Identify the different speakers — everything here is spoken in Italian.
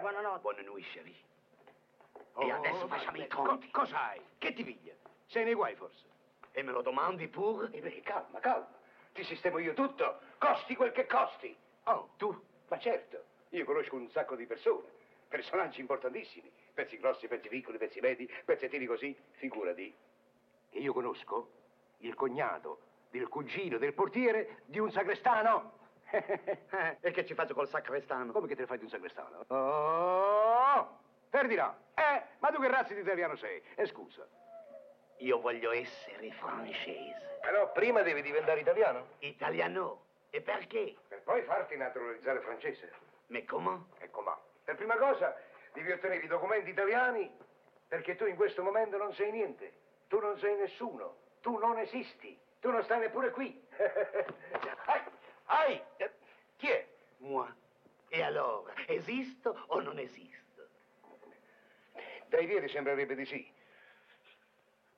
Speaker 1: Buonanotte.
Speaker 2: Buone nuit, chérie.
Speaker 3: Oh,
Speaker 2: e adesso
Speaker 3: oh,
Speaker 2: facciamo
Speaker 3: ma-
Speaker 2: i conti.
Speaker 3: co- cos'hai? Che ti piglia? Sei nei guai forse?
Speaker 2: E me lo domandi pur?
Speaker 3: Eh, beh, calma, calma. Ti sistemo io tutto, costi quel che costi.
Speaker 2: Oh, tu?
Speaker 3: Ma certo, io conosco un sacco di persone, personaggi importantissimi, pezzi grossi, pezzi piccoli, pezzi medi, pezzettini così, figurati. E io conosco il cognato del cugino del portiere di un sagrestano.
Speaker 2: Eh, e che ci faccio col sacrestano?
Speaker 3: Come che te ne fai di un sagrestano? Oh, ferdi là. Eh, ma tu che razza di italiano sei? E scusa.
Speaker 2: Io voglio essere francese.
Speaker 3: Però prima devi diventare italiano.
Speaker 2: Italiano. E perché?
Speaker 3: Per poi farti naturalizzare francese.
Speaker 2: Ma come?
Speaker 3: Ecco, ma per prima cosa devi ottenere i documenti italiani perché tu in questo momento non sei niente, tu non sei nessuno, tu non esisti, tu non stai neppure qui. ai, ai, eh, chi è?
Speaker 2: Moi. E allora, esisto o non esisto?
Speaker 3: Dai piedi sembrerebbe di sì,